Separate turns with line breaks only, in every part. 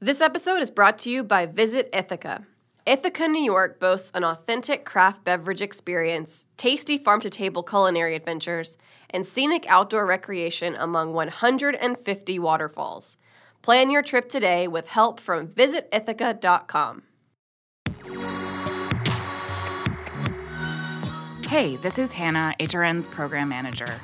This episode is brought to you by Visit Ithaca. Ithaca, New York boasts an authentic craft beverage experience, tasty farm to table culinary adventures, and scenic outdoor recreation among 150 waterfalls. Plan your trip today with help from visitithaca.com.
Hey, this is Hannah, HRN's program manager.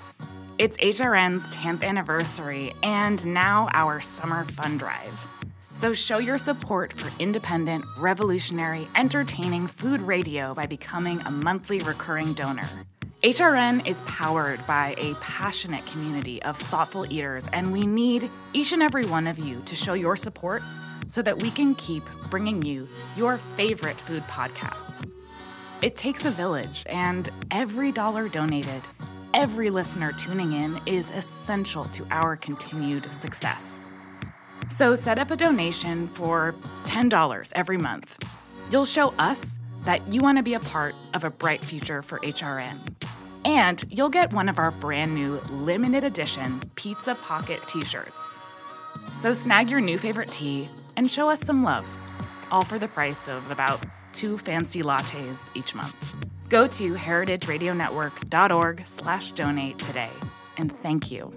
It's HRN's 10th anniversary and now our summer fun drive. So show your support for independent, revolutionary, entertaining food radio by becoming a monthly recurring donor. HRN is powered by a passionate community of thoughtful eaters, and we need each and every one of you to show your support so that we can keep bringing you your favorite food podcasts. It takes a village, and every dollar donated, every listener tuning in is essential to our continued success. So set up a donation for $10 every month. You'll show us that you want to be a part of a bright future for HRN. And you'll get one of our brand new limited edition Pizza Pocket t shirts. So snag your new favorite tea and show us some love, all for the price of about two fancy lattes each month. Go to heritageradionetwork.org slash donate today, and thank you.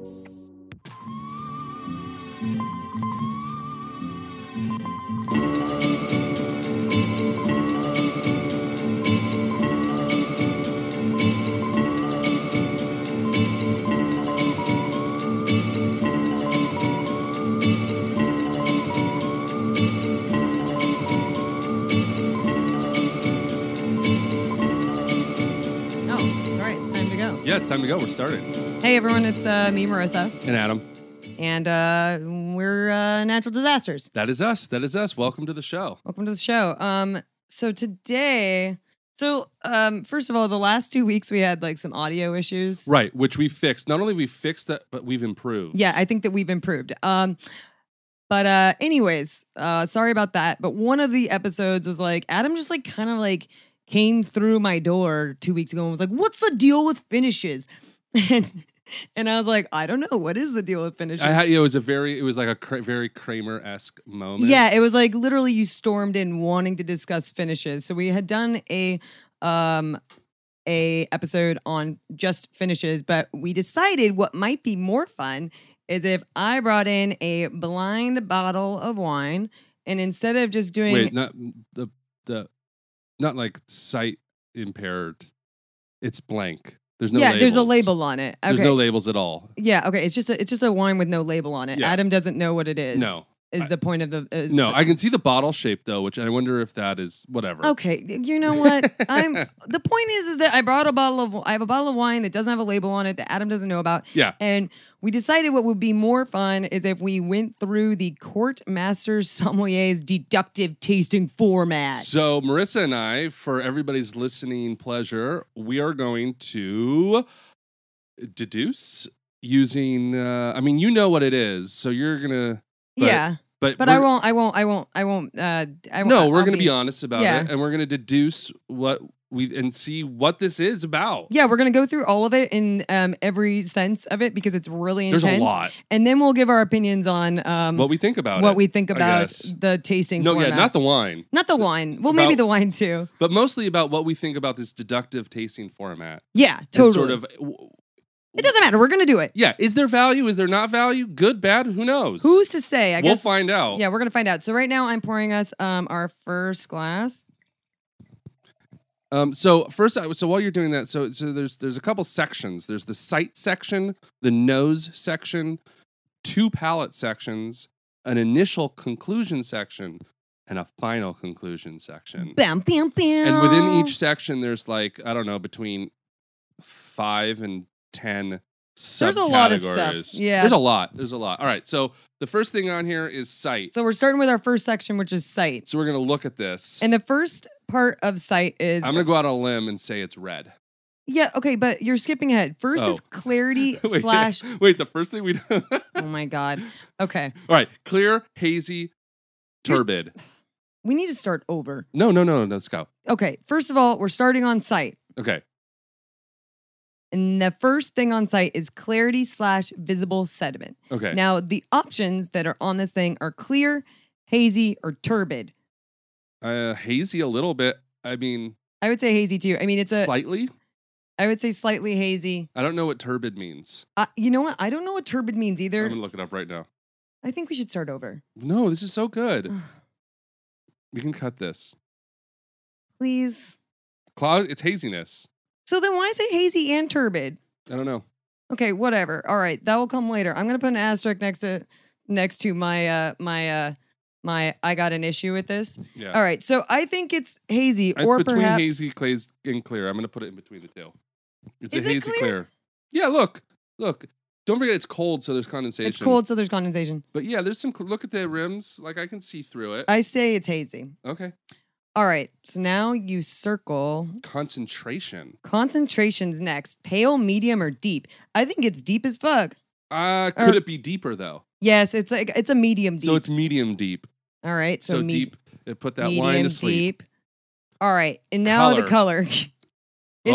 Oh, all right, it's time to go.
Yeah, it's time to go. We're starting.
Hey everyone, it's uh, me, Marissa,
And Adam,
and uh, we're uh, natural disasters.
that is us. That is us. Welcome to the show.
Welcome to the show. Um, so today, so um, first of all, the last two weeks we had like some audio issues.
Right, which we fixed. Not only we fixed that, but we've improved.
Yeah, I think that we've improved. Um, but uh, anyways, uh, sorry about that. But one of the episodes was like Adam just like kind of like came through my door two weeks ago and was like, "What's the deal with finishes?" And and I was like, "I don't know. What is the deal with finishes?"
I had, it was a very, it was like a cra- very Kramer esque moment.
Yeah, it was like literally you stormed in wanting to discuss finishes. So we had done a um a episode on just finishes, but we decided what might be more fun is if I brought in a blind bottle of wine and instead of just doing
Wait, not the the, not like sight impaired. It's blank. There's no.
Yeah, there's a
labels.
label on it. Okay.
There's no labels at all.
yeah, okay. It's just a, it's just a wine with no label on it.
Yeah.
Adam doesn't know what it is.
No.
Is
I-
the point of the is
No,
the-
I can see the bottle shape though, which I wonder if that is whatever.
Okay, you know what? I'm the point is is that I brought a bottle of I have a bottle of wine that doesn't have a label on it that Adam doesn't know about.
Yeah.
And we decided what would be more fun is if we went through the court master sommelier's deductive tasting format.
So Marissa and I, for everybody's listening pleasure, we are going to deduce using. Uh, I mean, you know what it is, so you're gonna. but-
yeah,
But
but I
we're-
won't I won't I won't I won't uh I won't
No, we're
I'll
gonna be, honest about
yeah.
it, and we're gonna deduce what we and see what this is about.
Yeah, we're going to go through all of it in um every sense of it because it's really
There's
intense.
a lot.
And then we'll give our opinions on um
What we think about
what
it,
we think
I
about
guess.
the tasting
No,
format.
yeah, not the wine,
not the wine. Well, maybe
about-
the wine too.
but mostly about what we think about this deductive tasting format.
Yeah,
and
totally.
Sort of. w-
It doesn't matter. We're gonna do it.
Yeah. Is there value? Is there not value? Good, bad? Who knows?
Who's to say? I
we'll
guess.
find out.
yeah, we're gonna find out. So right now, I'm pouring us um our first glass.
Um, so first, I- so while you're doing that, so so there's there's a couple sections. There's the sight section, the nose section, two palate sections, an initial conclusion section, and a final conclusion section.
Bam, bam, bam.
And within each section, there's like I don't know between five and ten.
There's a lot of stuff.
subcategories.
Yeah.
there's a lot. There's a lot. All right, so the first thing on here is sight. So,
So we're starting with our first section, which is sight.
we're gonna look at this.
And the first part of sight is
I'm gonna go out on a limb and say it's red.
yeah okay, but you're skipping ahead. First is
Oh.
clarity
Wait,
slash.
Wait, the first thing we do.
Oh my god. Okay,
All right, clear, hazy, turbid.
we need to start over.
No, no, no, no, let's go.
Okay, first of all, we're starting on sight,
Okay,
and the first thing on sight is clarity slash visible sediment.
okay.
Now, the options that are on this thing are clear, hazy, or turbid?
Uh, hazy a little bit. I mean,
I would say hazy too. I mean, it's a. I
slightly.
would say slightly hazy.
I don't know what turbid means.
Uh, you know what? I don't know what turbid means
I'm
either.
gonna look it up right now.
I think we should start over.
No, this is so good. We can cut this.
Please.
Cloud. It's haziness.
So then why say hazy and turbid?
I don't know.
Okay, whatever. All right, that will come later. I'm gonna put an asterisk next to next to my uh my uh my I got an issue with this.
Yeah.
All right, so I think it's hazy
It's
or
between
perhaps
hazy, claze, and clear. I'm gonna put it in between the two. It's
Is
a
it
hazy
clear?
Yeah. Look. Look. Don't forget it's cold, so there's condensation.
it's cold, so there's condensation.
But yeah, there's some. cl- Look at the rims. Like I can see through it.
I say it's hazy.
okay.
All right, so now you circle
Concentration.
concentrations next. Pale, medium, or deep. I think it's deep as fuck.
Uh,
Or-
could it be deeper though?
Yes, it's like it's a medium Er, deep.
So it's medium deep.
all right,
So,
so, me-
deep. It put that
medium
line to sleep.
deep. All right, and now the color.
well,
It's-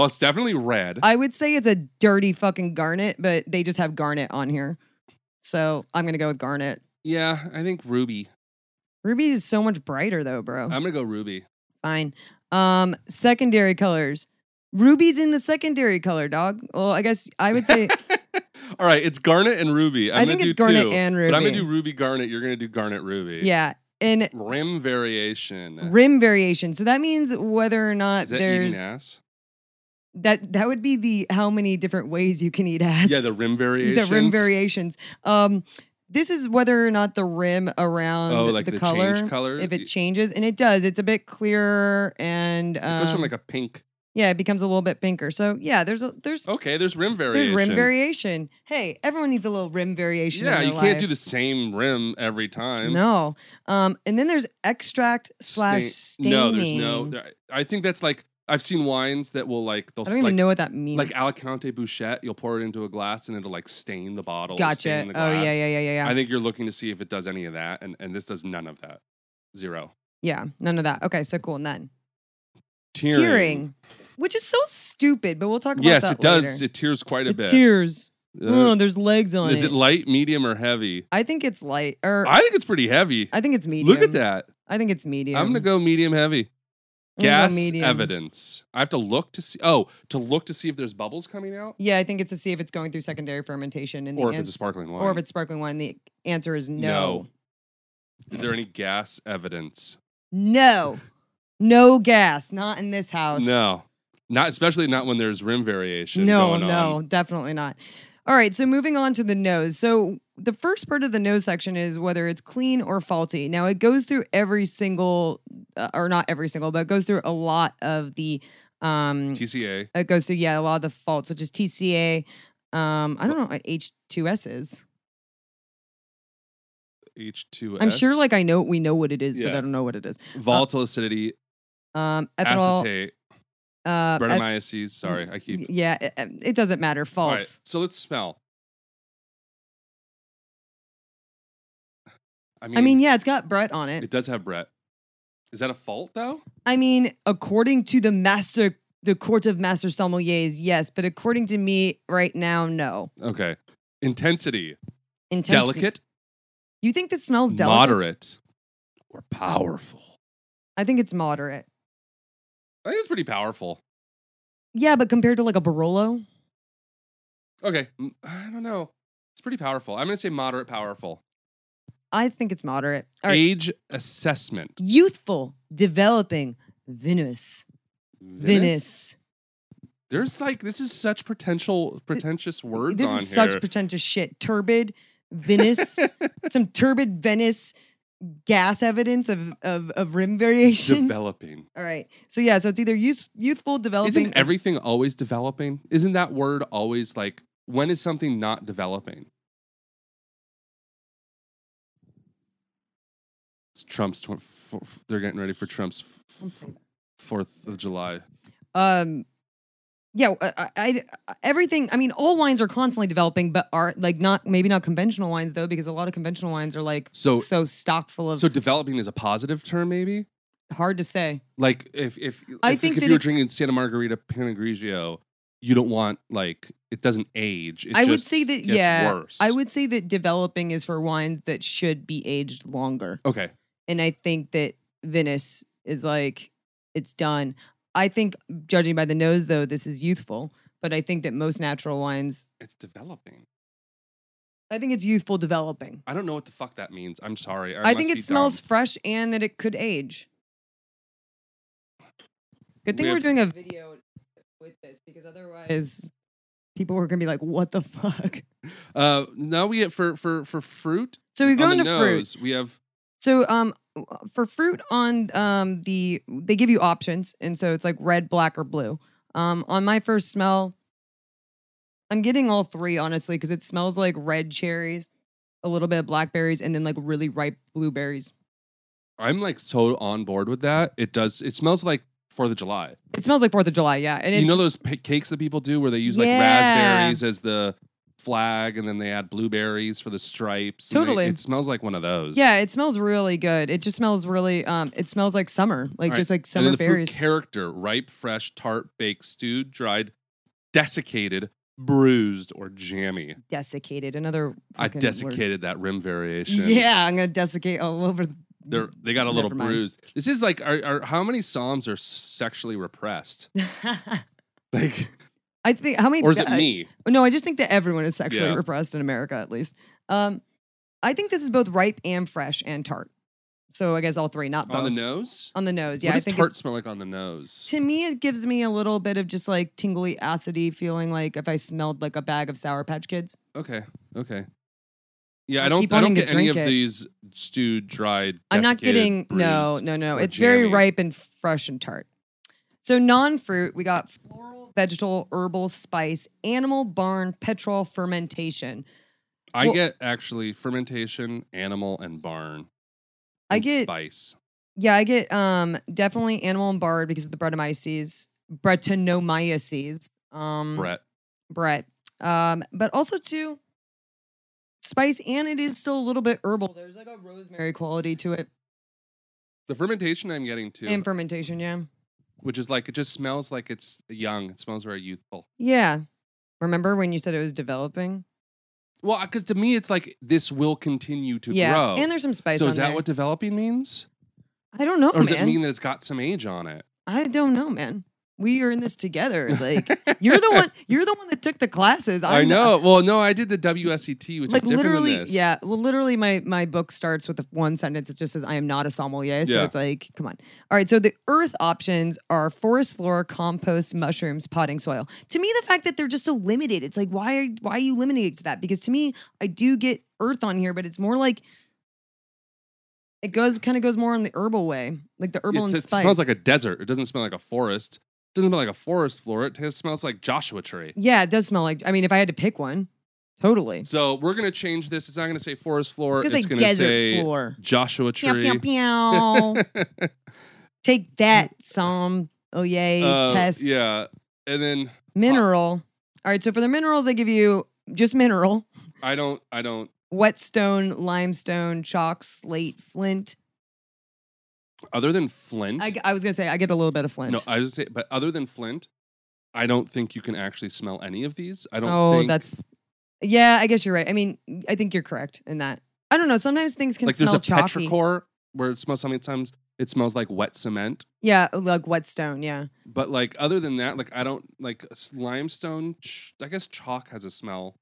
Oh, it's definitely red.
I would say it's a dirty fucking garnet, but they just have garnet on here. So I'm gonna go with garnet.
yeah, I think ruby.
Ruby is so much brighter though, bro.
I'm gonna go ruby.
Fine. Um, secondary colors. Ruby's in the secondary color, dog. Well, I guess I would say
All right, it's garnet and ruby. I'm
I
gonna
think it's
do
garnet
two,
and ruby.
But I'm gonna do ruby garnet. You're gonna do garnet ruby.
yeah, and
Rim variation.
rim variation. So that means whether or not
Is that
there's
eating ass?
that that would be the how many different ways you can eat ass.
Yeah, the rim
the
variation.
rim variations. Um, this is whether or not the rim around
Oh, like
the,
the,
color,
change color.
if
Y-
it changes, and it does, it's a bit clearer and
it goes
um,
from like a pink.
yeah, it becomes a little bit pinker. So yeah, there's a there's
Okay, there's rim
there's
Oh, variation.
rim variation. Hey, everyone needs a little rim variation. in
Yeah,
their
you can't do
life.
the same rim every time.
No, um, and then there's extract slash
Stain-
staining.
No, there's no. there- I think that's like I've seen wines that will like they'll
I don't
like
even know what that means.
like Alicante Bouchette. You'll pour it into a glass and it'll like stain the bottle. or
gotcha.
Stain the
Oh
glass.
yeah, yeah, yeah, yeah, yeah.
I think you're looking to see if it does any of that, and and this does none of that. Zero.
yeah, none of that. Okay, so cool. And then
Tearing.
tearing, which is so stupid, but we'll talk about
Yes,
that
it does.
later.
It tears quite a
It
bit.
tears.
Uh,
oh, there's legs on
is it light, medium, or heavy?
I think it's light, or I,
I think it's pretty heavy.
think it's medium.
Look at that.
I think it's medium.
I'm gonna go medium heavy.
I'm gonna go
Gas
medium.
evidence. I have to look to see. Oh, to look to see if there's bubbles coming out,
Yeah, I think it's to see if it's going through secondary fermentation, and
or
the
if it's a
ans-
sparkling wine,
or if it's sparkling wine. The answer is no,
Is there any gas evidence?
no, no gas, not in this house.
No, not especially not when there's rim variation.
no,
going
no,
on.
definitely not. All right, so moving on to the nose. So the first part of the nose section is whether it's clean or faulty. Now it goes through every single, uh, or not every single, but it goes through a lot of the um,
TCA.
it goes through yeah a lot of the faults which is tca um i don't know what h2s is
H2S.
i'm sure like i know we know what it is but
Yeah.
i don't know what it is
volatile acidity,
um ethanol
acetate,
uh mm, et-
Brettanomyces. Sorry, I keep.
yeah it, it doesn't matter
All
faults
right, so let's smell. I mean,
i mean yeah it's got brett on it
it does have Brett. Is that a fault though?
i mean according to the master the court of master sommeliers yes but according to me right now no
Okay. Intensity,
Intensity.
delicate,
you think this smells delicate
moderate, or powerful.
i think it's moderate
I think it's pretty powerful.
yeah but compared to like a barolo
Okay, m- I don't know. It's pretty powerful. I'm gonna say moderate, powerful.
i think it's moderate all right
Age assessment.
youthful, developing, vinous, vinous.
There's like this is such potential pretentious words
This
on
is
here.
such pretentious shit. Turbid, vinous, some turbid Venice gas evidence of of, of rim variation.
developing.
All right, so yeah, so it's either youth, youthful, developing.
Isn't everything always developing? Isn't that word always like when is something not developing? It's Trump's. Tw- f- f- they're getting ready for Trump's f- f- Fourth of July.
um, yeah, uh, I, I, I- everything. I mean, all wines are constantly developing, but are like not maybe not conventional wines though, because a lot of conventional wines are like
So-
so stocked full of.
So developing is a positive term, maybe.
hard to say.
Like if if
I
if,
think
if
that
you're
it-
drinking Santa Margarita Pinot Grigio, you don't want like it doesn't age. It
I would
just
say that
gets
yeah.
worse.
I would say that developing is for wines that should be aged longer.
Okay,
And I think that Venice is like, it's done. I think, judging by the nose, though, this is youthful. But I think that most natural wines,
It's developing.
I think it's youthful developing.
I don't know what the fuck that means. I'm sorry.
I,
must
think
be
it smells
dumb.
fresh and that it could age. Good thing
We
we are
have-
doing a video with this because otherwise people were gonna be like, "What the fuck?"
Uh, now we get for for for fruit.
So we're
on
going
the
to fruit.
nose, We have
So um, for fruit on um the they give you options, and so it's like red, black, or blue. Um, on my first smell, I'm getting all three honestly because it smells like red cherries, a little bit of blackberries, and then like really ripe blueberries.
I'm like so on board with that. It does. It smells like Fourth of July.
It smells like Fourth of July, yeah. And it,
you know those p- cakes that people do where they use like
Yeah.
raspberries as the flag, and then they add blueberries for the stripes. and they-
Totally.
it smells like one of those.
Yeah, it smells really good. It just smells really um it smells like summer. Like
All
just like
and then
summer
the
berries.
fruit character: ripe, fresh, tart, baked, stewed, dried, desiccated, bruised, or jammy.
desiccated. Another
I
fucking word.
desiccated that rim variation.
Yeah, I'm gonna desiccate all over the-
They're, they got a little
Never mind.
bruised. This is like, are, are, how many psalms are sexually repressed? Like,
I think how many
or is it
I-
me?
No, I just think that everyone is sexually
Yeah.
repressed in America at least. Um I think this is both ripe and fresh and tart. So I guess all three, not both.
On the nose?
On the nose, yeah.
what
I
does
think
tart
it's-
smell like on the nose?
to me it gives me a little bit of just like tingly acidy feeling like if I smelled like a bag of sour patch kids.
Okay, okay. Yeah, I,
I
don't.
keep
I don't
wanting to
get any of
drink it.
these stewed, dried.
I'm not
desiccated,
getting no,
bruised.
no, no.
or
It's very
jammy.
ripe and fresh and tart. So non-fruit, we got floral, vegetal, herbal, spice, animal, barn, petrol, fermentation.
I
Well-
get actually fermentation, animal, and barn.
I
and
get-
spice.
Yeah, I get um definitely animal and barn because of the Brettanomyces, Brettanomyces. Um,
Brett,
Brett. Um, but also too spice, and it is still a little bit herbal. There's like a rosemary quality to it
the fermentation I'm getting too,
and fermentation. Yeah,
which is like it just smells like it's young. It smells very youthful.
yeah. Remember when you said it was developing?
Well, because to me, it's like this will continue to
yeah,
grow.
and there's some spice.
so
on
is that
there.
what developing means,
I don't know,
or does
man.
it mean that it's got some age on it?
I don't know, man. We are in this together. Like you're the one. You're the one that took the classes.
i
I'm
know.
not-
Well, no, I did the WSET, which
like
is different
literally,
than this.
yeah. Well, literally, my my book starts with the one sentence. It just says, "I am not a sommelier." So
Yeah.
it's like, come on. All right. So the earth options are forest floor, compost, mushrooms, potting soil. To me, the fact that they're just so limited, it's like, why why are you limiting it to that? Because to me, I do get earth on here, but it's more like it goes kind of goes more in the herbal way, like the herbal
It's-
and
it
spice.
smells like a desert. It doesn't smell like a forest. It doesn't smell like a forest floor. It tastes- smells like Joshua tree.
Yeah, it does smell like. I mean, if I had to pick one, totally.
So we're gonna change this. It's not gonna say forest floor.
It's
It's,
like
gonna
desert
say
floor.
Joshua
Pew,
tree.
pew, pew. Take that, Psalm. Oh yay!
Uh,
test
Yeah, and then
mineral. All right, so for the minerals, they give you just mineral:
I don't. I don't.
whetstone, limestone, chalk, slate, flint.
Other than Flint,
I, I was gonna say I get a little bit of flint.
no, I was gonna say, but other than Flint, I don't think you can actually smell any of these. I don't.
oh,
think,
that's yeah. I guess you're right. I mean, I think you're correct in that. I don't know. Sometimes things can
like there's
smell
a
chalky.
petrichor where it smells sometimes it smells like wet cement.
Yeah, like whetstone. Yeah.
But like other than that, like I don't like s- limestone. Ch- I guess chalk has a smell.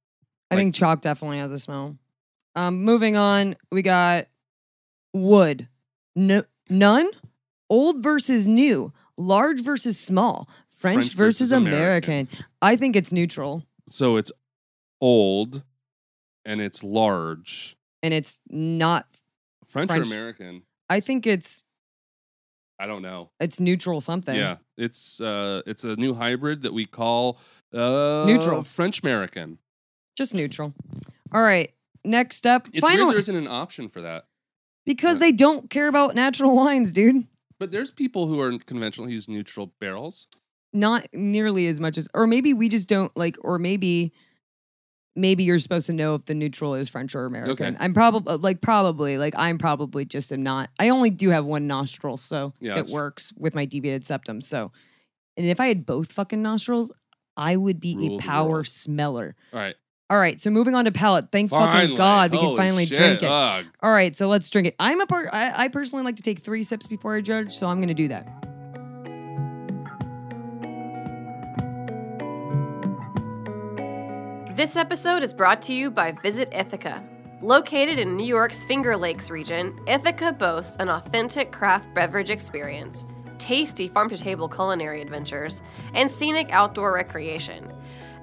I
Like-
think chalk definitely has a smell. Um, moving on, we got wood. No, none. Old versus new. Large versus small. French,
French versus
versus,
American.
American. I think it's neutral
So it's old, and it's large.
and it's not.
French,
French.
or American?
I think it's
I don't know.
it's neutral something.
Yeah, it's uh, it's a new hybrid that we call uh,
Neutral.
French American.
Just neutral. All right. Next up,
It's weird
finally,
there isn't an option for that.
because they don't care about natural wines, dude.
But there's people who are conventional who use neutral barrels.
Not nearly as much as, or maybe we just don't like, or maybe maybe you're supposed to know if the neutral is French or American.
Okay.
I'm probably like probably like I'm probably just am not. I only do have one nostril, so
Yeah,
it
that's true.
works with my deviated septum. So, and if I had both fucking nostrils, I would be
Rule the
a power
world.
smeller.
All right,
All right, so moving on to palate. Thank Oh, fucking
Finally.
God we
Holy
can finally
shit. uh
drink it.
Ugh.
All right, so let's drink it. I'm a part. I, I personally like to take three sips before I judge, so I'm going to do that.
This episode is brought to you by Visit Ithaca. Located in New York's Finger Lakes region, Ithaca boasts an authentic craft beverage experience, tasty farm to table culinary adventures, and scenic outdoor recreation.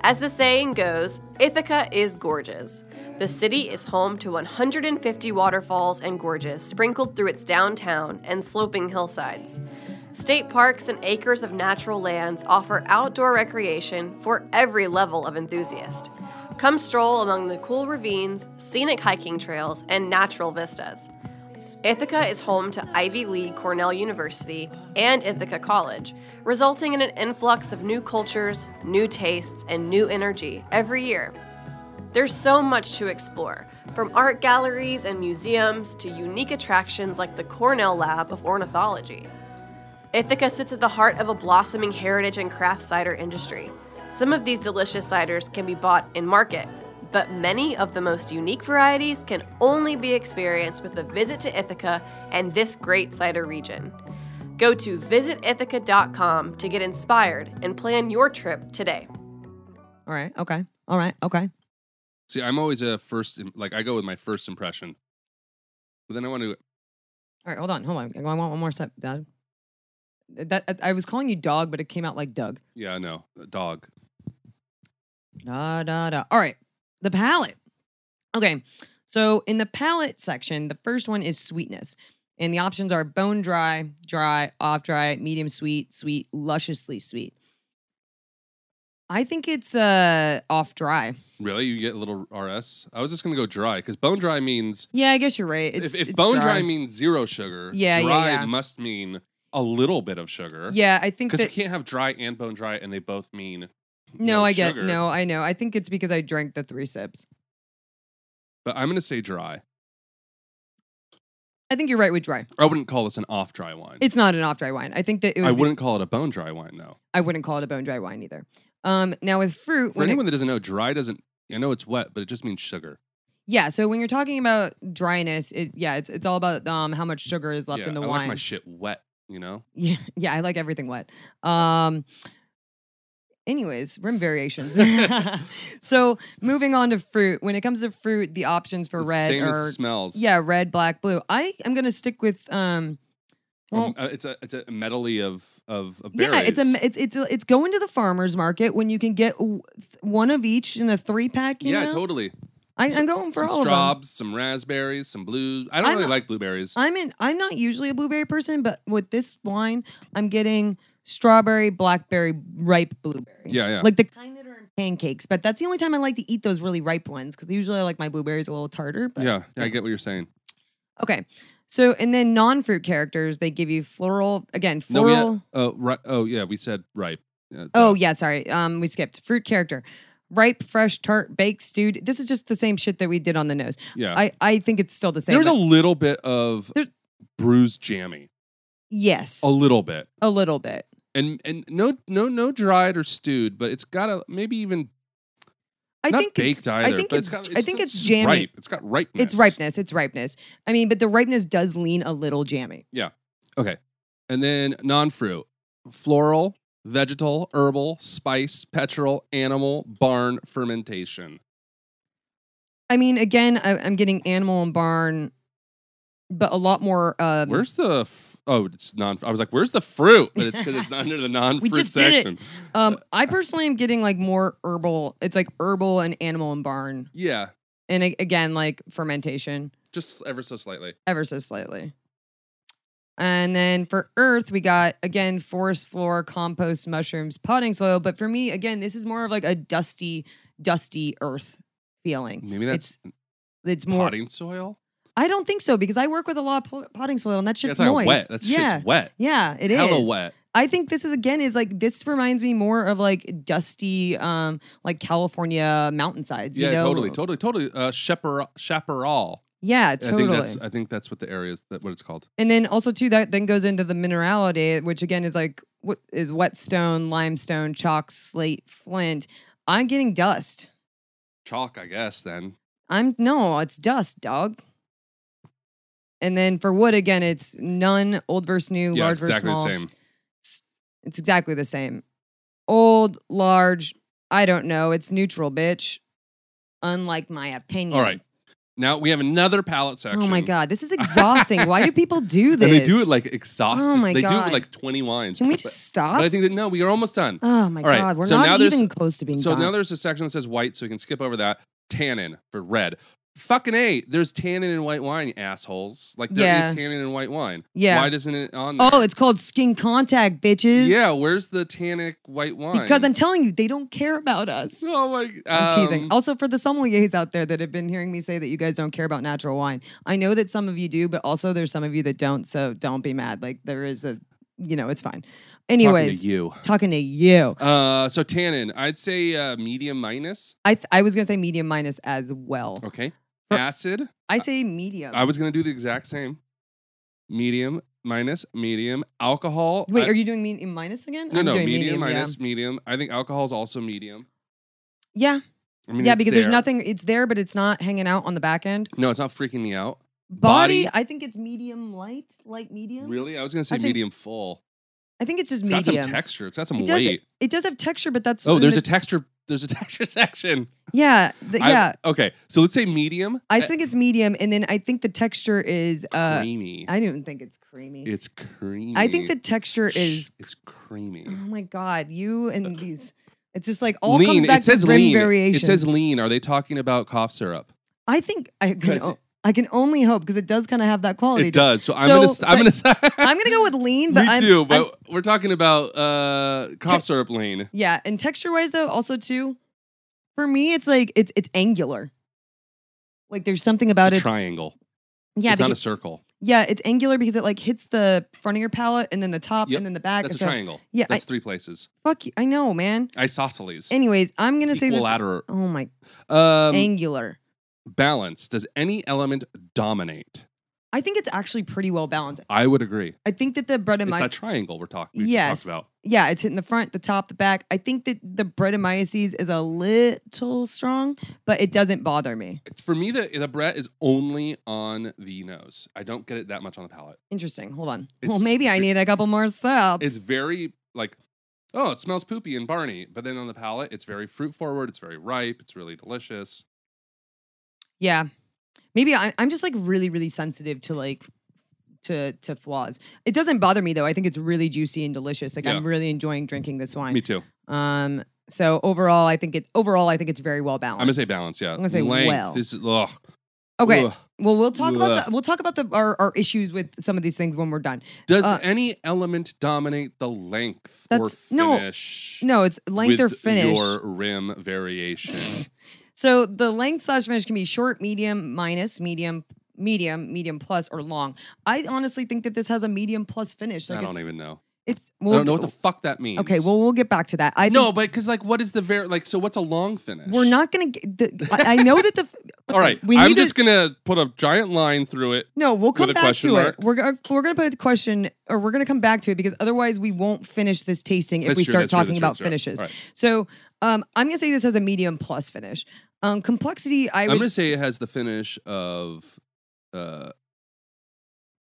As the saying goes, Ithaca is gorgeous. The city is home to 150 waterfalls and gorges sprinkled through its downtown and sloping hillsides. State parks and acres of natural lands offer outdoor recreation for every level of enthusiast. Come stroll among the cool ravines, scenic hiking trails, and natural vistas. Ithaca is home to Ivy League Cornell University and Ithaca College, resulting in an influx of new cultures, new tastes, and new energy every year. There's so much to explore, from art galleries and museums to unique attractions like the Cornell Lab of Ornithology. Ithaca sits at the heart of a blossoming heritage and craft cider industry. Some of these delicious ciders can be bought in market, but many of the most unique varieties can only be experienced with a visit to Ithaca and this great cider region. Go to visitithaca.com to get inspired and plan your trip today.
All right, okay, all right, okay.
See, I'm always a first, im- like, I go with my first impression. But then I want to,
All right, hold on, hold on. I want one more sip, Dad. That I was calling you dog, but it came out like Doug.
yeah, no, a dog.
Da da da. All right, the palette. Okay, so in the palette section, the first one is sweetness, and the options are bone dry, dry, off dry, medium sweet, sweet, lusciously sweet. I think it's uh off dry.
Really? You get a little RS? I was just going to go dry because bone dry means,
Yeah, I guess you're right. It's,
if, if
it's
bone dry. means zero sugar,
Yeah, yeah,
dry
yeah.
must mean a little bit of sugar.
yeah, I think
Because
that
you can't have dry and bone dry and they both mean
No, I get
sugar.
no, I know. I think it's because I drank the three sips.
But I'm going to say dry.
I think you're right with dry.
I wouldn't call this an off dry wine.
It's not an off dry wine. I think that it was
I wouldn't call it a bone dry wine though.
I wouldn't call it a bone dry wine either. Um now with fruit
For
when it-
anyone that doesn't know, dry doesn't. I know it's wet, but it just means sugar.
yeah, so when you're talking about dryness, it yeah, it's it's all about um how much sugar is left
yeah,
in the
I
wine.
like my shit wet. You know,
yeah, yeah, I like everything wet. Um anyways, rim variations. so moving on to fruit. When it comes to fruit, the options for
It's
red
same
are
as smells.
yeah, red, black, blue. I am gonna stick with um well,
Um, uh, it's a it's a medley of of, of
Yeah,
berries.
it's a it's it's it's going to the farmers market when you can get w- one of each in a three pack. You
yeah,
know?
totally.
I, I'm going for
Some
all of them.
straws, some raspberries, some blue. I don't
I'm
really
a-
like blueberries.
I'm in. I'm not usually a blueberry person, but with this wine, I'm getting strawberry, blackberry, ripe blueberry.
yeah, yeah.
Like the kind that are in pancakes, but that's the only time I like to eat those really ripe ones because usually I like my blueberries a little tartar. But
yeah, yeah, I get what you're saying.
Okay. So and then non-fruit characters, they give you floral again.
No, we
Floral.
had- oh, ri- oh, yeah, we said ripe. Uh, Yeah,
Oh yeah, sorry. Um, we skipped fruit character, ripe, fresh, tart, baked, stewed. This is just the same shit that we did on the nose.
yeah.
I I think it's still the same.
there was a
but-
little bit of
There's-
bruised jammy,
yes,
a little bit,
a little bit.
and and no no no dried or stewed, but it's got a maybe even
I
not
think
baked
it's,
either.
I think
but
it's,
got-
I think it's
just
jammy.
Ripe. It's got ripeness.
It's ripeness. It's ripeness. I mean, but the ripeness does lean a little jammy.
Okay, and then non-fruit, floral, vegetal, herbal, spice, petrol, animal, barn, fermentation.
I mean, again, I, I'm getting animal and barn, but a lot more. Um,
Where's the? F- oh, it's non. I was like, where's the fruit? But it's because it's not under the non-fruit
just did it.
section.
um, I personally am getting like more herbal. It's like herbal and animal and barn,
Yeah,
and a- again, like fermentation.
just ever so slightly.
ever so slightly. And then for earth, we got again forest floor, compost, mushrooms, potting soil. But for me, again, this is more of like a dusty, dusty earth feeling.
Maybe that's
It's more.
potting soil.
I don't think so because I work with a lot of po- potting soil, and that
Yeah,
shit's
it's like
moist.
wet. That shit's
yeah,
wet.
yeah, it is.
Hella wet.
I think this is again is like this reminds me more of like dusty, um, like California mountainsides.
Yeah,
you know?
totally, totally, totally. Uh, chaparral. chaparral.
Yeah,
I
totally.
think that's I think that's what the area is that what it's called.
And then also too that then goes into the minerality, which again is like what is whetstone, limestone, chalk, slate, flint. I'm getting dust.
Chalk, I guess, then.
I'm no, it's dust, dog. And then for wood again, it's none, old versus new,
yeah,
large
it's exactly
versus small.
the same.
It's exactly the same. Old, large, I don't know. It's neutral, bitch. Unlike my opinion.
Now we have another palette section.
Oh my god, this is exhausting. Why do people do this?
And they do it like exhausted.
Oh my
they do it
God.
with like 20 wines.
Can we
But-
just stop?
But I think that no, we are almost done.
oh my
All right,
god, we're
so now
not
there's-
even close to being
So
done.
now there's a section that says white, so we can skip over that. Tannin for red. Fucking A, there's tannin in white wine, you assholes. Like there is
Yeah.
tannin in white wine.
yeah.
Why doesn't it on there?
oh, it's called skin contact, bitches.
yeah, where's the tannic white wine?
Because I'm telling you, they don't care about us.
Oh my
I'm teasing.
um,
Also, for the sommeliers out there that have been hearing me say that you guys don't care about natural wine, I know that some of you do, but also there's some of you that don't. So don't be mad. Like there is a, you know, it's fine.
talking to
Anyways,
you.
talking to you.
Uh, so tannin, I'd say uh, medium minus.
I th- I was gonna say medium minus as well.
Okay.
Uh,
Acid.
I say medium.
I was gonna do the exact same. Medium minus medium. Alcohol.
Wait,
I-
are you doing medium minus again?
no,
I'm
no,
doing
medium, minus medium. I think alcohol is also medium.
Yeah,
I
yeah,
mean,
yeah
it's
because there's
there.
nothing. It's there, but it's not hanging out on the back end.
No, it's not freaking me out.
Body,
Body.
I think it's medium light, light medium.
Really, I was gonna say
I think
medium full.
I think it's just
It's got
medium.
some texture. It's got some
It does,
weight.
it, it does have texture, but that's
Oh,
in
there's
the-
a texture. There's a texture section.
yeah, the-
I-
Uh, yeah.
okay, so let's say medium.
I
Uh,
think it's medium, and then I think the texture is. Uh,
creamy.
I don't think it's creamy.
it's creamy.
I think the texture
Shh,
is.
It's
Oh
creamy.
my god, you and these. It's just like all
lean.
comes back
it says
to rim
lean.
variation.
It says lean. Are they talking about cough syrup?
I think I can.
Because-
o- I can only hope because it does kind of have that quality.
It
to it.
does. So, I'm
So,
gonna.
so-
I'm gonna.
I'm gonna go with lean, but
Me
I'm,
too.
I'm-
But we're talking about uh, cough
Te-
syrup lean.
yeah, and texture wise though, also too. For me, it's like it's it's angular. Like there's something
It's
about
a
it.
triangle.
yeah,
it's not a
because-
circle.
yeah, it's angular because it like hits the front of your palate and then the top
Yep,
and then the back.
That's a
So-
triangle.
Yeah,
that's three places.
I, fuck you. I know, man.
Isosceles.
Anyways, I'm gonna say that.
Equilateral.
Oh my,
Um,
angular.
balance. Does any element dominate?
I think it's actually pretty well balanced.
I would agree.
I think that the bread and my
It's that triangle we're talking. We
Yes.
just talked about.
yeah, it's hitting the front, the top, the back. I think that the Brettanomyces is a little strong, but it doesn't bother me.
For me, the the Brett is only on the nose. I don't get it that much on the palate.
Interesting. Hold on. well,
It's-
maybe I
it-
need a couple more subs.
It's very like, oh, it smells poopy and barney, but then on the palate, it's very fruit forward. It's very ripe. It's really delicious.
yeah, maybe I, I'm just like really, really sensitive to like to to flaws. It doesn't bother me though. I think it's really juicy and delicious. Like
Yeah.
I'm really enjoying drinking this wine.
Me too.
Um. So overall, I think it overall I think it's very well balanced.
I'm gonna say balance. Yeah,
I'm gonna say
length.
well.
This is ugh.
Okay.
Ugh.
Well, we'll talk about
Ugh.
the, we'll talk about the our, our issues with some of these things when we're done.
Does
Uh,
any element dominate the length or
That's- no,
finish?
No, it's length or
with
finish.
Your rim variation.
So the length slash finish can be short, medium, minus, medium, medium, medium plus, or long. I honestly think that this has a medium plus finish. Like
I don't
it's,
even know.
It's
I
well,
don't know what the fuck that means.
okay. Well, we'll get back to that. I
no,
think
but because like, what is the ver? Like, so what's a long finish?
we're not gonna. Get the, I, I know that the.
All right,
we
I'm
need to-
just gonna put a giant line through it.
No, we'll come
a
back
question
to
mark?
it. We're go- we're gonna put a question, or we're gonna come back to it because otherwise we won't finish this tasting if
That's
we
true,
start
that's true,
talking
that's true,
about
that's true.
finishes.
All right.
So um, I'm gonna say this has a medium plus finish. Um, complexity, I
I'm
would
gonna say it has the finish of, uh,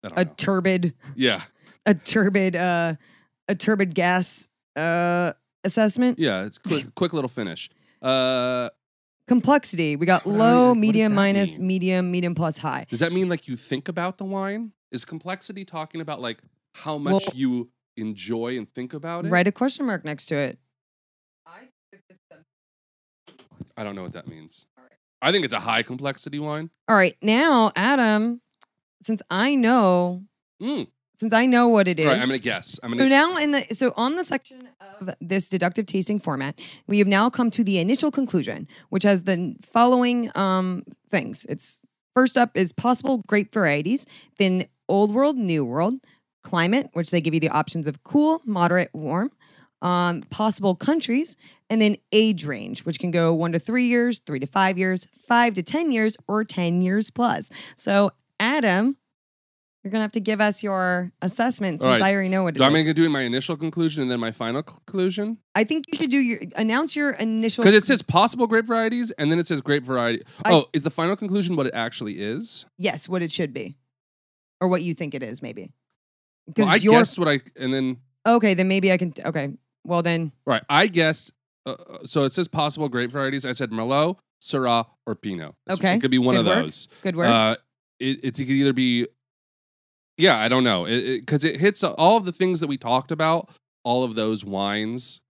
I don't
a
know.
turbid.
yeah,
a turbid uh a turbid gas uh assessment
yeah. It's quick, quick little finish. Uh,
complexity we got
What do I-
low
what does
medium
that
minus
mean?
medium medium plus high
does that mean like you think about the wine? Is complexity talking about like how much
Well-
you enjoy and think about it?
write a question mark next to it
I don't know what that means. I think it's a high complexity wine.
all right now adam since i know
Mm.
since i know what it
All
is
right, I'm gonna guess. I'm
so
gonna.
now in the so on the section of this deductive tasting format we have now come to the initial conclusion which has the following um things it's first up is possible grape varieties then old world new world climate which they give you the options of cool moderate warm um, possible countries and then age range which can go one to three years three to five years five to ten years or ten years plus so adam You're gonna have to give us your assessment
All
since
right.
I already know what it
So I'm
is.
going to do my initial conclusion and then my final conclusion
I think you should do your announce your initial
because it says possible grape varieties and then it says grape variety.
I-
oh, is the final conclusion what it actually is?
yes what it should be, or what you think it is maybe. Because
Well, I
your
guessed what I and then
okay, then maybe I can. Okay, well then
all right. I guessed. Uh, uh, so it says possible grape varieties. I said Merlot, Syrah, or Pinot. That's-
Okay.
it could be one
Good
of
work.
those.
good work.
Uh, it, it could either be. Yeah, I don't know, because it, hits all of the things that we talked about. All of those wines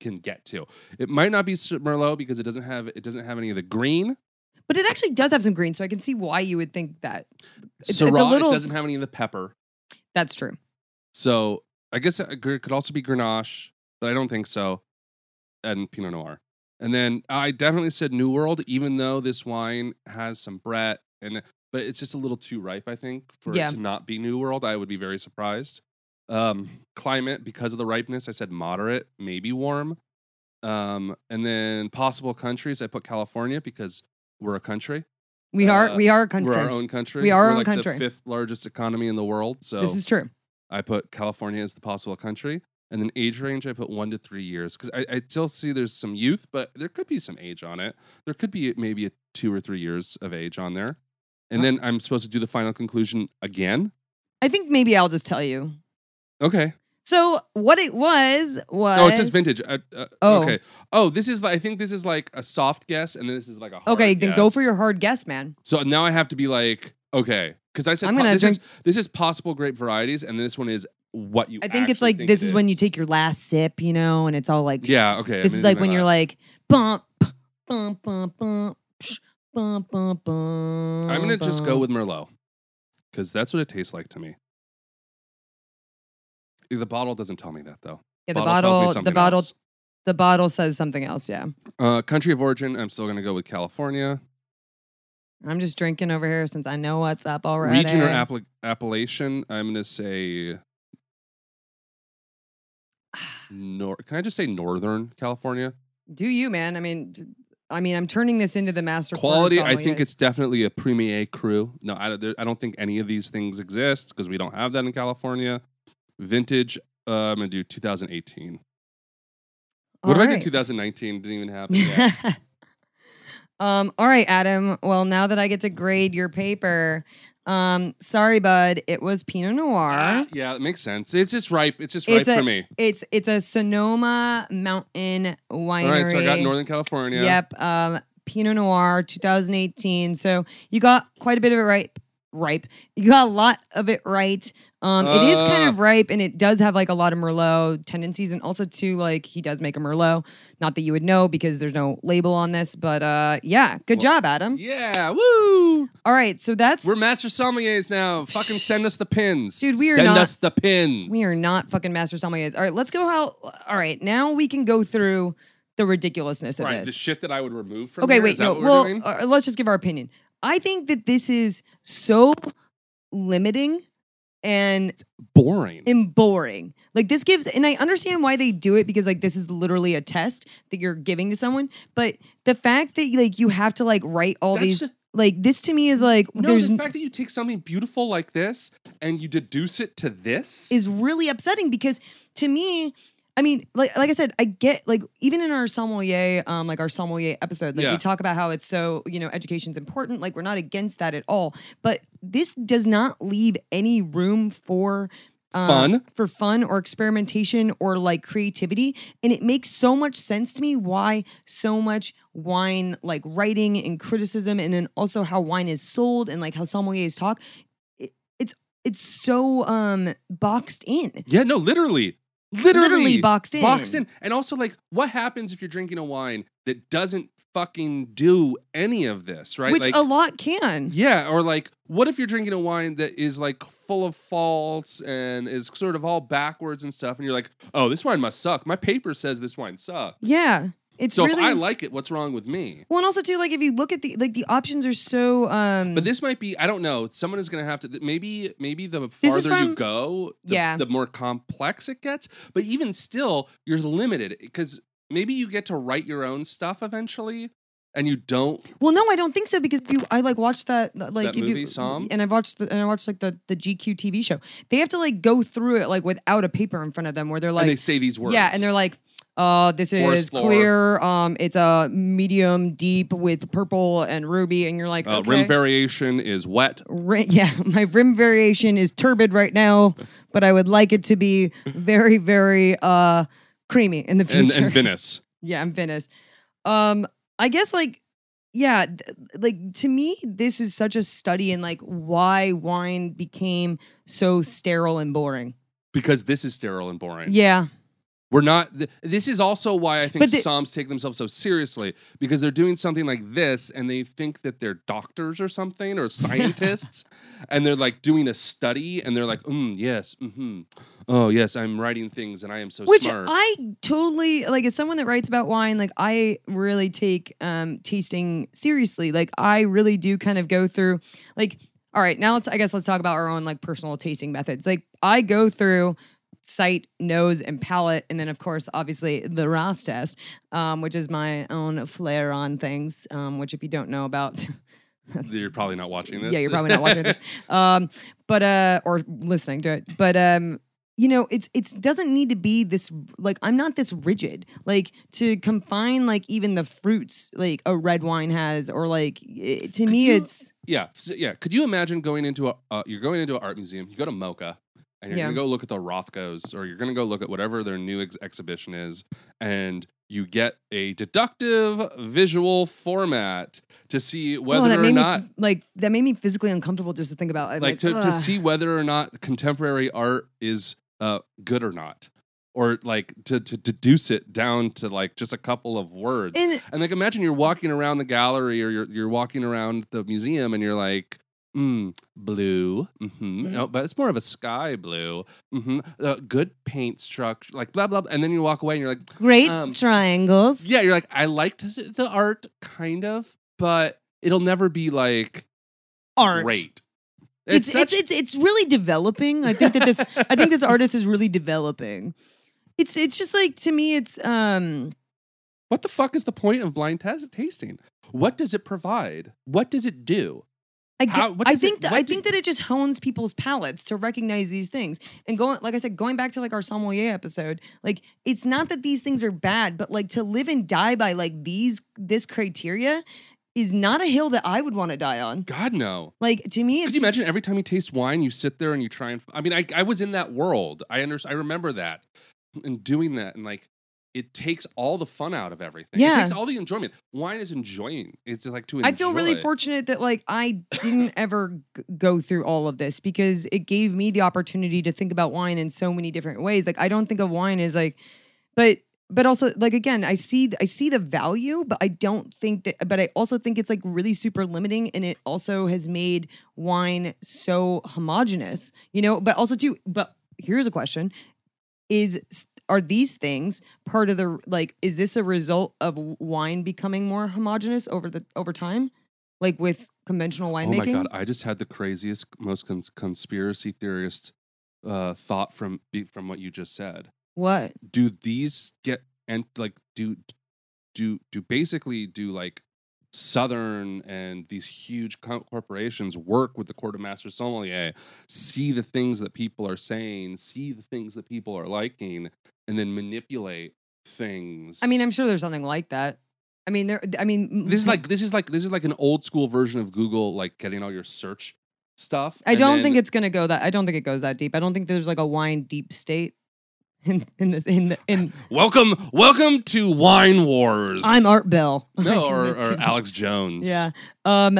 can get to. It might not be S- Merlot because it doesn't have it doesn't have any of the green.
but it actually does have some green, so I can see why you would think that. It's- it's a
Syrah
little-
it doesn't have any of the pepper.
That's true.
So I guess it could could also be Grenache, but I don't think so. And Pinot Noir. And then I definitely said New World, even though this wine has some Brett and but it's just a little too ripe, I think, for
Yeah.
it to not be New World. I would be very surprised. Um, climate, because of the ripeness, I said moderate, maybe warm. Um, and then possible countries, I put California because we're a country.
We are
Uh,
we are a country.
We're our own country.
We are our own
like
country.
The fifth largest economy in the world. So
This is true.
I put California as the possible country. And then age range, I put one to three years because I, I still see there's some youth, but there could be some age on it. There could be maybe a two or three years of age on there. And then I'm supposed to do the final conclusion again.
I think maybe I'll just tell you.
Okay.
So what it was was
Oh, it says vintage. Uh, uh,
Oh.
Okay. Oh, this is like, I think this is like a soft guess, and then this is like a hard
Okay, then go for
guess.
your hard guess, man.
So now I have to be like, okay, because I said
I'm
po-
gonna
this is this is possible grape varieties, and this one is what you.
I think it's
actually
like this
it
is when you take your last sip, you know, and it's all like
Yeah. Okay. I'm
This
gonna
is
do
like
my
when you're
last.
like bump bump bump bump psh, bump bump bump.
I'm gonna just go
bump.
with Merlot because that's what it tastes like to me. Eh, The bottle doesn't tell me that though.
yeah, the
tells me
bottle. The
something
bottle.
else.
The bottle says something else. Yeah,
Uh, country of origin. I'm still gonna go with California.
I'm just drinking over here since I know what's up already.
Region or appla- appellation. I'm gonna say. Nor- Can I just say Northern California?
Do you, man? I mean, I mean, I'm turning this into the master
Quality,
Corner
I think
sommeliers.
it's definitely a Premier Cru. No, I don't, there- I don't think any of these things exist because we don't have that in California. Vintage, uh, I'm going to do 2018.
All
what if I
right.
did 2019? Didn't even happen yet.
um, all right, Adam. Well, now that I get to grade your paper, um, sorry, bud, it was Pinot Noir.
Ah, yeah, it makes sense. It's just ripe. It's just ripe
It's
for
a
me.
It's it's a Sonoma Mountain winery.
All right, so I got Northern California.
Yep. Um, Pinot Noir 2018. So you got quite a bit of it ripe. Ripe. You got a lot of it right. Um, it is kind
Uh.
of ripe and it does have like a lot of Merlot tendencies. And also, too, like he does make a Merlot. Not that you would know because there's no label on this. But uh, yeah, good
Well-
job, Adam.
Yeah, woo!
All right. So that's.
We're master sommeliers now. Fucking send us the pins.
Dude, we are
Send
not-
us the pins.
we are not fucking master sommeliers. All right, let's go. How? All right, now we can go through the ridiculousness of
Right,
this.
the shit that I would remove from
okay,
here,
wait,
is that
no.
what we're
Well,
doing?
uh, let's just give our opinion. I think that this is so limiting and
boring.
and boring. Like this gives, and I understand why they do it because like this is literally a test that you're giving to someone. But the fact that like you have to like write all
That's
these.
the-
like this to me is like
No,
there's
the fact that you take something beautiful like this and you deduce it to this
is really upsetting because to me, I mean, like like I said, I get like even in our sommelier, um, like our sommelier episode, like
Yeah.
we talk about how it's so you know education's important. Like we're not against that at all, but this does not leave any room for. um,
Fun.
for fun or experimentation or like creativity and it makes so much sense to me why so much wine like writing and criticism and then also how wine is sold and like how sommeliers talk it, it's it's so um boxed in
yeah, no, literally, literally,
boxed in
boxed in. And also, like, what happens if you're drinking a wine that doesn't fucking do any of this, right?
which
like,
a lot can
yeah, or like, what if you're drinking a wine that is like full of faults and is sort of all backwards and stuff, and you're like, oh, this wine must suck. My paper says this wine sucks.
yeah it's
So
really
if I like it, what's wrong with me?
well and also too like if you look at the like the options are so um
But this might be I don't know. Someone is going to have to th- maybe maybe the
This is
farther
from-
you go, the,
Yeah.
the more complex it gets. But even still, you're limited because maybe you get to write your own stuff eventually. and you don't
Well, no, I don't think so because if you, I like watched that like
That
if
movie,
you,
Psalm?
and I watched the, and I watched like the the GQ TV show. They have to like go through it like without a paper in front of them where they're like
and they say these words.
Yeah, and they're like, uh, this
Forest
is
floor.
clear. Um, it's a medium deep with purple and ruby, and you're like,
uh,
okay.
rim variation is wet.
Ri- yeah, my rim variation is turbid right now, but I would like it to be very, very uh creamy in the
And,
future.
and Venice.
yeah, I'm Venice. Um, I guess like, yeah, th- like to me, this is such a study in like why wine became so sterile and boring.
Because this is sterile and boring.
Yeah,
We're not. Th- this is also why I think
But the-
Psalms take themselves so seriously because they're doing something like this and they think that they're doctors or something or scientists and they're like doing a study and they're like, mm, yes, hmm oh, yes, I'm writing things and I am so
which
smart.
i totally like as someone that writes about wine like i really take um tasting seriously like i really do kind of go through like all right now let's i guess let's talk about our own like personal tasting methods like i go through sight nose and palate and then of course obviously the ras test um, which is my own flair on things um, which if you don't know about
You're probably not watching this.
yeah, you're probably not watching this. Um, but uh, or listening to it. But um, you know, it's it's doesn't need to be this like I'm not this rigid. Like to confine like even the fruits like a red wine has, or like it, to me, it's
yeah, so- yeah. Could you imagine going into a uh, you're going into an art museum? You go to Mocha, and you're
Yeah.
gonna go look at the Rothkos, or you're gonna go look at whatever their new ex- exhibition is, and you get a deductive visual format to see
Oh,
whether
that
or
made
not.
me like that made me physically uncomfortable just to think about. I'm
like, to, to
ugh.
see whether or not contemporary art is uh, good or not, or like to, to deduce it down to like just a couple of words.
And
And like, imagine you're walking around the gallery or you're you're walking around the museum, and you're like, mm, blue, hmm
Mm.
no, but it's more of a sky blue, hmm uh, good paint structure, like blah blah. blah. And then you walk away, and you're like,
great
um,
triangles.
yeah, you're like, I liked the art kind of, but it'll never be like
Art.
great.
It's
such-
it's, it's it's really developing. I think that this I think this artist is really developing. It's it's just like to me it's um
What the fuck is the point of blind tas- tasting? What does it provide? What does it do?
I, g-
How- what
I
does it-
think that
what
I
do-
think that it just hones people's palates to recognize these things. And going like I said, going back to like our sommelier episode, like it's not that these things are bad, but like to live and die by like these this criteria is not a hill that I would want to die on.
God no.
Like to me, it's
Could you imagine every time you taste wine, you sit there and you try and? I mean, I, I was in that world. I under, I remember that and doing that and like it takes all the fun out of everything.
Yeah.
It takes all the enjoyment. Wine is enjoying. It's like to enjoy.
I feel really fortunate that like I didn't ever g- go through all of this because it gave me the opportunity to think about wine in so many different ways. Like I don't think of wine as like, but but also like again, I see I see the value, but I don't think that. But I also think it's like really super limiting, and it also has made wine so homogenous, you know. But also too, but here's a question: Is s- are these things part of the like is this a result of w- wine becoming more homogenous over the over time like with conventional
Oh
winemaking
my god! I just had the craziest, most cons- conspiracy theorist uh, thought from be- from what you just said.
what
do these get and like do do do basically do like southern and these huge co- corporations work with the quartermaster sommelier see the things that people are saying see the things that people are liking and then manipulate things
i mean i'm sure there's something like that i mean there i mean
this is like this is like this is like an old school version of google like getting all your search stuff
i
and
don't
then-
think it's gonna go that i don't think it goes that deep i don't think there's like a wine deep state in in the in, the, in
welcome welcome to wine wars
i'm art bell
no or, or alex jones
yeah um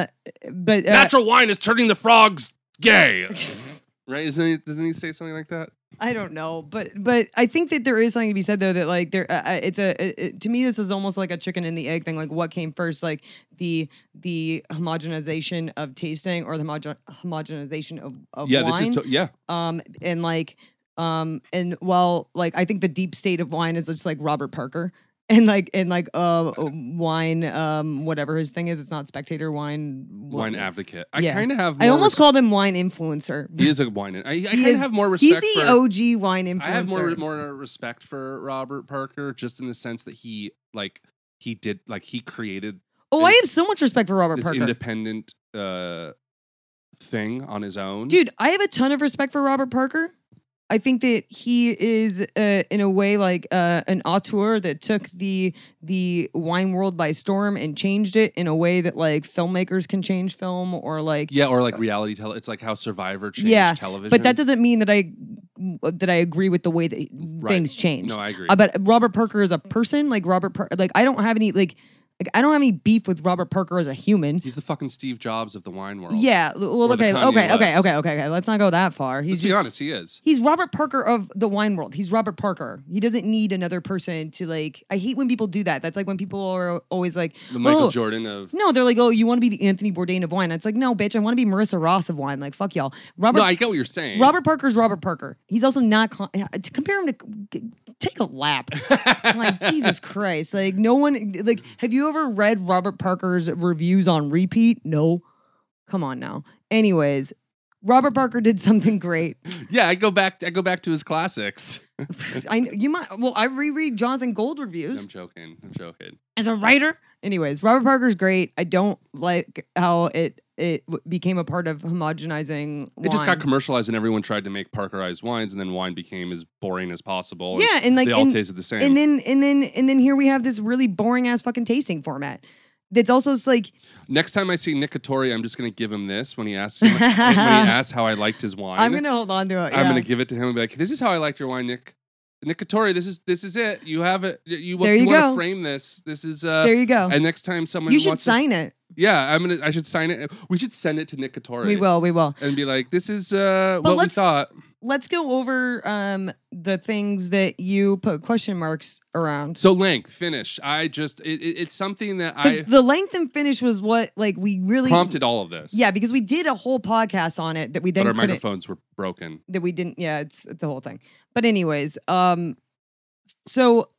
but uh,
natural wine is turning the frogs gay. right? Isn't he, doesn't he say something like that?
I don't know, but but I think that there is something to be said though that like there uh, uh, it's a it- it- to me this is almost like a chicken and the egg thing like what came first like the the homogenization of tasting or the homogen- homogenization of, of
yeah,
wine
this is to- yeah.
um and like um and while like I think the deep state of wine is just like Robert Parker and like and like uh wine um whatever his thing is it's not spectator wine wha-
Wine advocate. I
Yeah.
kind of have.
I
more
almost
res-
called him wine influencer.
He is a wine. I, I kind
is-
of have more
He's
respect.
the
for,
OG wine influencer.
I have more more respect for Robert Parker, just in the sense that he like he did like he created
Oh, I
It's-
have so much respect for Robert
this
Parker.
independent uh, thing on his own.
Dude, I have a ton of respect for Robert Parker. I think that he is, uh, in a way, like uh, an auteur that took the the wine world by storm and changed it in a way that like filmmakers can change film or like
Yeah, or like reality tele. It's like how Survivor changed
Yeah,
television.
But that doesn't mean that I that I agree with the way that
Right.
things changed.
No, I agree.
Uh, but Robert Parker is a person, like Robert, Par- like I don't have any like, like I don't have any beef with Robert Parker as a human.
He's the fucking Steve Jobs of the wine world.
Yeah, l- well,
Or the
okay,
Kanye
okay, okay,
West.
okay, okay, okay. Let's not go that far.
let's
He's
be
just
honest, he is.
he's Robert Parker of the wine world. He's Robert Parker. He doesn't need another person to like. I hate when people do that. That's like when people are always like,
The Michael
"Oh,
Jordan of.
No, they're like, oh, you want to be the Anthony Bourdain of wine? It's like, no, bitch, I want to be Marissa Ross of wine. Like, fuck y'all. Robert
No, I get what you're saying.
Robert Parker's Robert Parker. He's also not con- to compare him to g- take a lap. I'm like Jesus Christ, like no one like have you ever read Robert Parker's reviews on repeat? No. Come on now. Anyways, Robert Parker did something great.
Yeah, I go back. I go back to his classics.
I you might well I reread Jonathan Gold reviews.
I'm joking. I'm joking.
as a writer. Anyways, Robert Parker's great. I don't like how it it w- became a part of homogenizing.
It just got
wine.
commercialized, and everyone tried to make Parkerized wines, and then wine became as boring as possible. and
yeah, and like
they all
and-
tasted the same.
and then and then and then here we have this really boring ass fucking tasting format. That's also it's like
Next time I see Nicatori, I'm just gonna give him this when he asks when he asks how I liked his wine.
I'm gonna hold on to it.
I'm
yeah.
gonna give it to him and be like, "This is how I liked your wine, Nick." Nicatori, this is this is it. You have it. You, you,
There you
want
go.
to frame this. This is uh.
there you go.
and next time someone
You should
wants to-
sign it.
yeah, I'm gonna. I should sign it. We should send it to Nicatori.
We will. We will.
And be like, "This is uh
But
what we
let's-
thought."
Let's go over um the things that you put question marks around.
So length, finish. I just it, it, it's something that I
Because the length and finish was what like we really
prompted all of this.
Yeah, because we did a whole podcast on it that we then
but our
couldn't-
microphones were broken.
that we didn't yeah it's it's the whole thing but anyways um so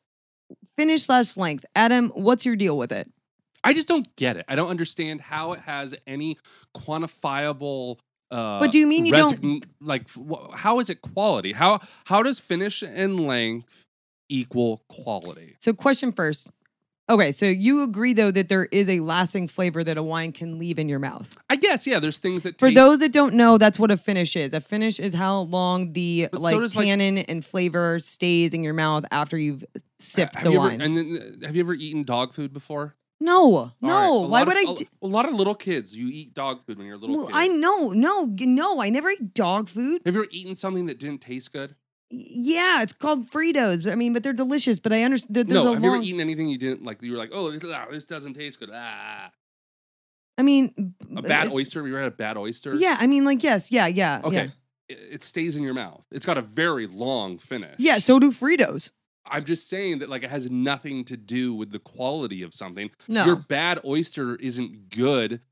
finish slash length adam what's your deal with it
I just don't get it. I don't understand how it has any quantifiable. Uh,
But do you mean you don't-
don't like? f- wh- How is it quality? How how does finish and length equal quality?
so question first okay so you agree though that there is a lasting flavor that a wine can leave in your mouth
I guess yeah. There's things that
for
taste-
those that don't know that's what a finish is a finish is how long the
But so
like
does, like-
tannin and flavor stays in your mouth after you've sipped
Have
the
you ever-
wine
and then, uh, have you ever eaten dog food before?
no
All right,
no
a
why
lot
would
of-
i
a-
d-
A, lot of little kids, you eat dog food when you're a little.
well,
kid.
i know no g- no i never ate dog food
Have you ever eaten something that didn't taste good?
Yeah, it's called Fritos. but I mean, but they're delicious. But I understand. There's
no.
a
Have you
long.
ever eaten anything you didn't like? You were like, oh, this, ah, this doesn't taste good. Ah.
I mean, uh,
A bad oyster. We ever had a bad oyster?
Yeah, I mean, like yes, yeah, yeah,
Okay.
yeah.
It, it stays in your mouth. It's got a very long finish.
Yeah, so do Fritos.
I'm just saying that like it has nothing to do with the quality of something.
No.
Your bad oyster isn't good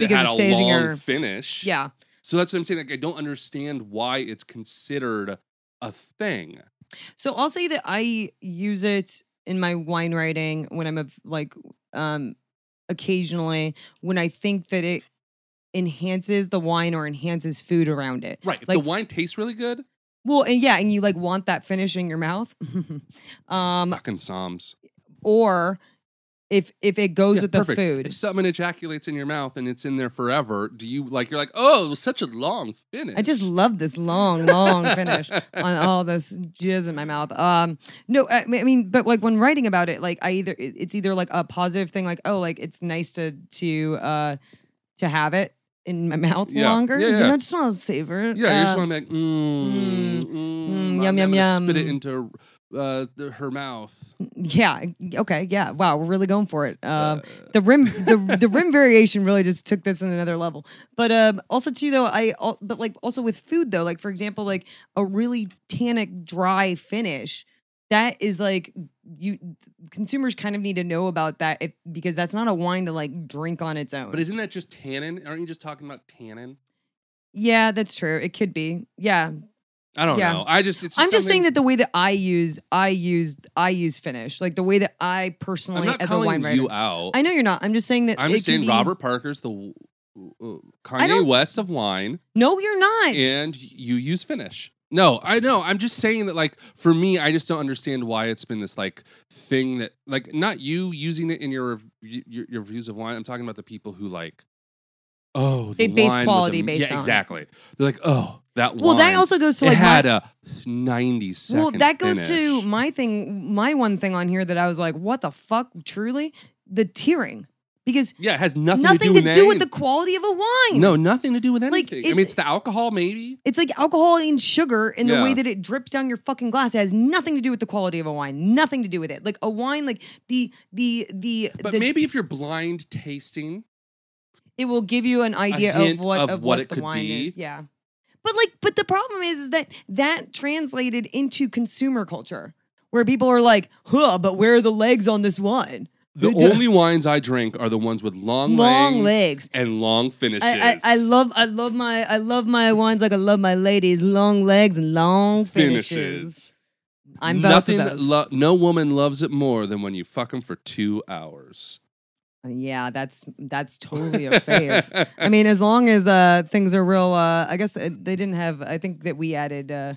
because
it had
it
a
stays in
long
your-
finish.
Yeah,
So that's what I'm saying. Like I don't understand why it's considered a thing.
So I'll say that I use it in my wine writing when I'm a, like um occasionally when I think that it enhances the wine or enhances food around it.
Right. If
Like-
the wine tastes really good,
Well, and yeah, and you like want that finish in your mouth. um
fucking Psalms.
or if if it goes
Yeah,
with the
perfect.
food.
If someone ejaculates in your mouth and it's in there forever, do you like you're like, oh, it was such a long finish.
I just love this long, long finish on all this jizz in my mouth. Um, no, I mean- I mean, but like when writing about it, like I either it- it's either like a positive thing, like oh, like it's nice to to uh to have it in my mouth
Yeah.
longer.
Yeah,
You
yeah.
know, I just want to savor it.
Yeah, you just
Uh,
want to be like, mm,
mm,
mm,
yum,
I'm
yum,
gonna Spit it
yum.
into uh, the, her mouth.
Yeah. Okay. Yeah. Wow. We're really going for it.
Uh,
Um, the rim, the the rim variation really just took this in another level. But um, also too though, I al- but like also with food though, like for example, like a really tannic dry finish, that is like you consumers kind of need to know about that if because that's not a wine to like drink on its own.
But isn't that just tannin? Aren't you just talking about tannin?
yeah, that's true. It could be. Yeah,
I don't
Yeah.
know. I just it's.
I'm just saying that
something-
the way that I use, I use, I use finish, like the way that I personally
I'm not
as a
calling
wine writer.
you out.
I know you're not. I'm just saying that.
I'm
it
just
can
saying
be-
Robert Parker's the w- w-
I
Kanye
don't-
West of wine,
No, you're not.
and you use finish. No, I know. I'm just saying that, like, for me, I just don't understand why it's been this like thing that, like, not you using it in your rev- y- your, your views of wine. I'm talking about the people who like, oh,
They
the
base
wine was
quality
am-
based on
yeah,
it.
exactly. They're like, oh, that
Well, that
wine,
also goes to
it
like my-
had a 90 second.
Well, that goes to
finish."
my thing, my one thing on here that I was like, what the fuck, truly? The tearing. Because
yeah, it has nothing,
nothing,
to do with
with
any-
the quality of a wine.
No, nothing to do with
Like,
anything. I
it's-
mean, it's the alcohol, maybe.
It's like alcohol and sugar in the
Yeah.
way that it drips down your fucking glass. It has nothing to do with the quality of a wine. Nothing to do with it. Like a wine, like the the the,
But
the
maybe if you're blind tasting,
it will give you an idea of
hint
what
of
of,
what
what,
it
the
could
wine
be.
is. Yeah. But like, but the problem is, is that that translated into consumer culture where people are like, huh, but where are the legs on this wine?
the
They do-
only wines I drink are the ones with long,
long
legs.
legs.
and long finishes.
I, I, I love I love my I love my wines like I love my ladies long legs and long finishes.
finishes.
I'm both
Nothing
of
that
those.
lo- no woman loves it more than when you fuck them for two hours.
yeah, that's that's totally a fave. I mean, as long as uh things are real, uh I guess uh, they didn't have. I think that we added uh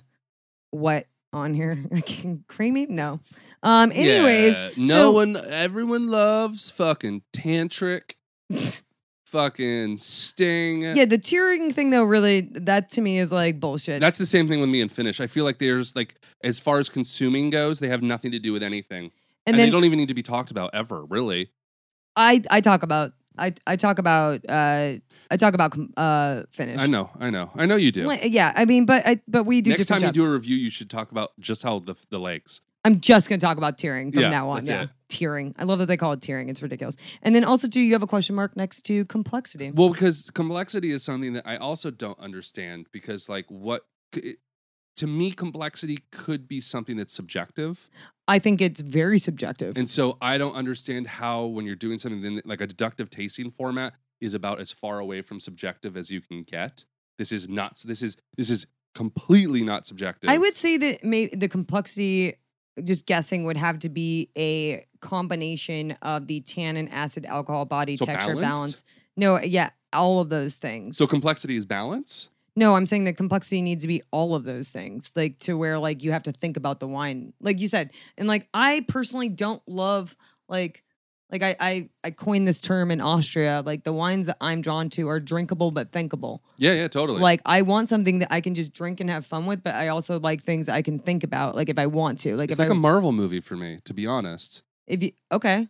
what on here creamy. No. Um. Anyways,
Yeah. no one, everyone loves fucking tantric,
one.
fucking sting.
yeah, the tearing thing though, really, that to me is like bullshit.
That's the same thing with me and Finnish. I feel like there's like, as far as consuming goes, they have nothing to do with anything, and,
and then
they don't even need to be talked about ever, really.
I I talk about I I talk about uh I talk about com- uh finish.
I know, I know, I know you do.
Like, yeah, I mean, but I but we do
Next time
different
you do a
jobs.
review, you should talk about just how the the legs.
I'm just gonna talk about tearing from
Yeah,
now on.
that's
yeah,
it.
tearing. I love that they call it tearing. It's ridiculous. And then also too, you have a question mark next to complexity.
Well, because complexity is something that I also don't understand because, like, what it, to me, complexity could be something that's subjective.
I think it's very subjective.
And so I don't understand how, when you're doing something then, like a deductive tasting format, is about as far away from subjective as you can get. This is not, this is, this is completely not subjective.
I would say that maybe the complexity, just guessing, would have to be a combination of the tannin, acid, alcohol, body
So
texture,
balanced?
balance. No, yeah, all of those things.
So complexity is balance.
No, I'm saying that complexity needs to be all of those things, like to where like you have to think about the wine, like you said, and like I personally don't love like like I I, I coined this term in Austria, like the wines that I'm drawn to are drinkable but thinkable.
Yeah, yeah, totally.
Like I want something that I can just drink and have fun with, but I also like things I can think about, like if I want to, like if
it's like
I
a Marvel movie for me, to be honest.
if you okay,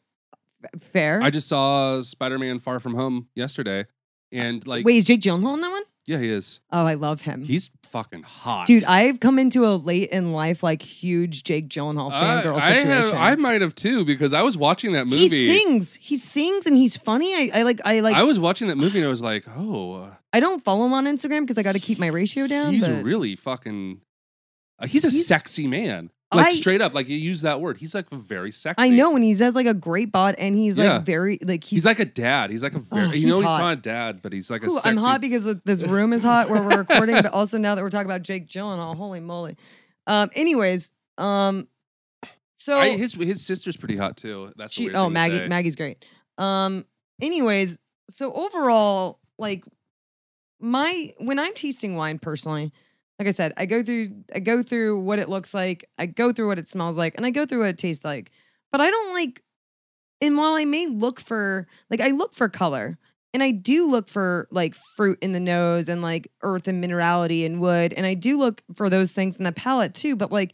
F- fair.
I just saw Spider-Man: Far From Home yesterday, and like,
Wait, is Jake Gyllenhaal in that one?
yeah, he is.
Oh, I love him.
He's fucking hot,
Dude, I've come into a late in life like huge Jake Gyllenhaal fangirl
I, I
situation.
have, I might have too because I was watching that
He
movie.
sings. He sings and he's funny. I, I like I like
I
I,
was watching that movie and I was like, oh,
don't follow him on Instagram because I gotta keep my ratio down.
he's
but
really fucking. uh, he's a
He's-
sexy man. Like
I-
straight up, like you use that word. He's like very sexy.
I know and he has like a great bot and he's
Yeah.
like very like
He's,
he's,
like a dad. He's like a very.
Oh,
you
he's
know, he's
hot.
not a dad, but he's like a
Ooh,
sexy.
I'm hot because th- this room is hot where we're recording, but also now that we're talking about Jake Gyllenhaal, holy moly. Um anyways, um so
I- his his sister's pretty hot too. That's a
she
weird
oh
thing to
Maggie
say.
Maggie's great. Um anyways, so overall like my when I'm tasting wine personally, like I said, I go through I go through what it looks like, I go through what it smells like, and I go through what it tastes like. But I don't like and while I may look for like I look for color and I do look for like fruit in the nose and like earth and minerality and wood and I do look for those things in the palate too, but like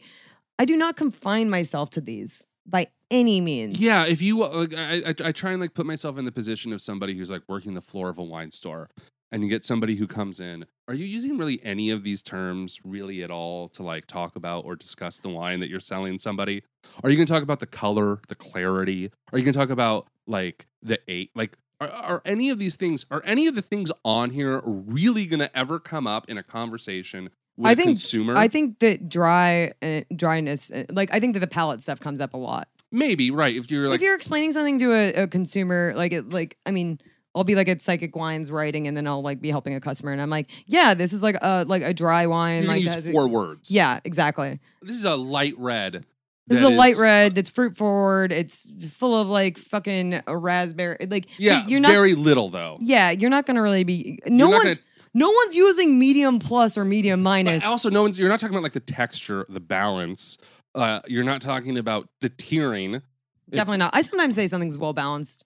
I do not confine myself to these by any means.
Yeah, if you uh, like, I, I I try and like put myself in the position of somebody who's like working the floor of a wine store, and you get somebody who comes in. Are you using really any of these terms really at all to like talk about or discuss the wine that you're selling somebody? Are you going to talk about the color, the clarity? Are you going to talk about like the eight? Like, are, are any of these things? Are any of the things on here really going to ever come up in a conversation with
I
a
think-
consumer?
I think that dry uh, dryness, uh, like I think that the palate stuff comes up a lot.
maybe right if you're like
if you're explaining something to a, a consumer, like it, like I mean, I'll be like at Psychic Wines writing, and then I'll like be helping a customer, and I'm like, yeah, this is like a like a dry wine,
you're
like
going to
that-
use four words.
yeah, exactly.
this is a light red.
This is
that
a
uh
light red that's fruit forward. It's full of like fucking raspberry. Like
Yeah,
you're not.
very little though.
yeah, you're not gonna really be. No
You're not
one's.
gonna-
No one's using medium plus or medium minus.
But also, no one's. You're not talking about like the texture, the balance. Uh, you're not talking about the tiering. if-
Definitely not. I sometimes say something's well balanced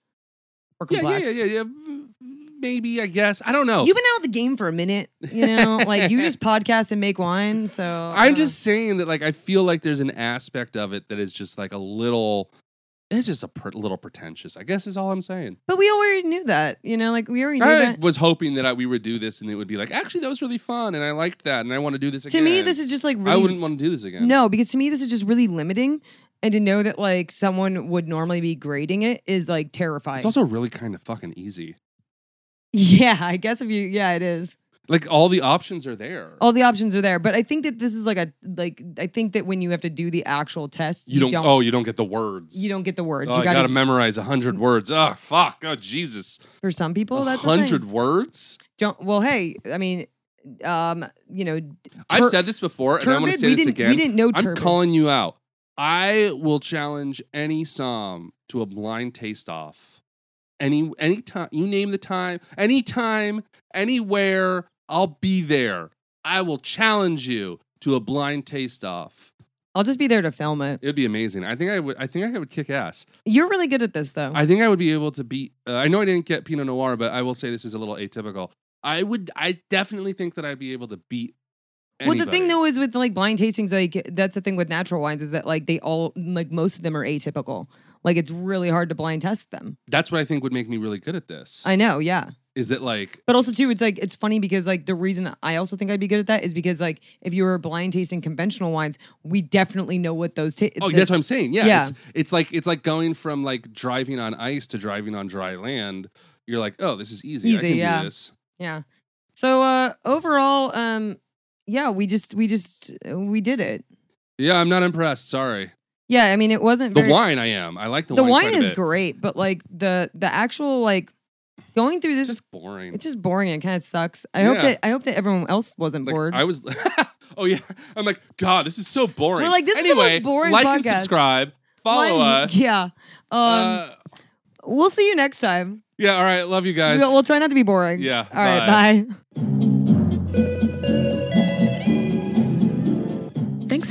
or
Yeah, yeah,
complex.
yeah, yeah, yeah. M- Maybe I guess I don't know.
You've been out of the game for a minute, you know. like you just podcast and make wine, so
I'm
uh,
just saying that like I feel like there's an aspect of it that is just like a little. It's just a pr- little pretentious. I guess is all I'm saying.
But we already knew that, you know. Like we already knew
I
that.
was hoping that I, we would do this and it would be like, actually, that was really fun and I liked that and I want to do this
To
again.
me, this is just like really
I wouldn't want to do this again.
No, because to me, this is just really limiting. And to know that like someone would normally be grading it is like terrifying.
It's also really kind of fucking easy.
yeah, I guess if you, yeah, it is.
Like all the options are there.
All the options are there, but I think that this is like a like I think that when you have to do the actual test,
you, don't, Oh, you don't get the words.
you don't get the words.
Oh,
you
I
got
gotta
to
memorize a hundred words. Oh fuck. Oh Jesus.
for some people
A
that's a
hundred
thing.
words.
Don't well, hey, I mean, um, you know,
I've
Tur-
said this before, and I want to
turbid.
say
We
this
didn't
again.
we didn't know
I'm
turbid.
calling you out. I will challenge any psalm to a blind taste off. Any any time you name the time, any time, anywhere, I'll be there. I will challenge you to a blind taste off.
I'll just be there to film it.
It'd be amazing. I think I would. I think I would kick ass.
You're really good at this though.
I think I would be able to beat. Uh, I know I didn't get Pinot Noir, but I will say this is a little atypical. I would. I definitely think that I'd be able to beat.
Well,
Anybody.
the thing though is with like blind tastings, like that's the thing with natural wines is that like they all like most of them are atypical. Like it's really hard to blind test them.
that's what I think would make me really good at this.
I know, yeah.
is that like
But also too, it's like it's funny because like the reason I also think I'd be good at that is because like if you were blind tasting conventional wines, we definitely know what those taste.
Oh, that's what I'm saying. Yeah,
Yeah.
It's, it's like it's like going from like driving on ice to driving on dry land. You're like, oh, this is easy. I
Easy,
can do
yeah.
this.
yeah. So uh overall, um, yeah, we just we just we did it.
Yeah, I'm not impressed. Sorry.
Yeah, I mean it wasn't
The
very-
wine, I am. I like the,
The
wine.
wine
quite a
is
bit.
great, but like the the actual like going through
It's
this
just boring.
It's just boring. It kind of sucks. I hope
Yeah.
that I hope that everyone else wasn't
like,
bored.
I was. oh yeah. I'm like, God, this is so boring.
We're like, this is the
anyway,
most boring
Like and
podcast.
subscribe. Follow
One-
us.
Yeah. Um,
Uh,
we'll see you next time.
yeah. All right. Love you guys.
We'll, we'll try not to be boring.
Yeah,
All right.
bye.
bye.
Thanks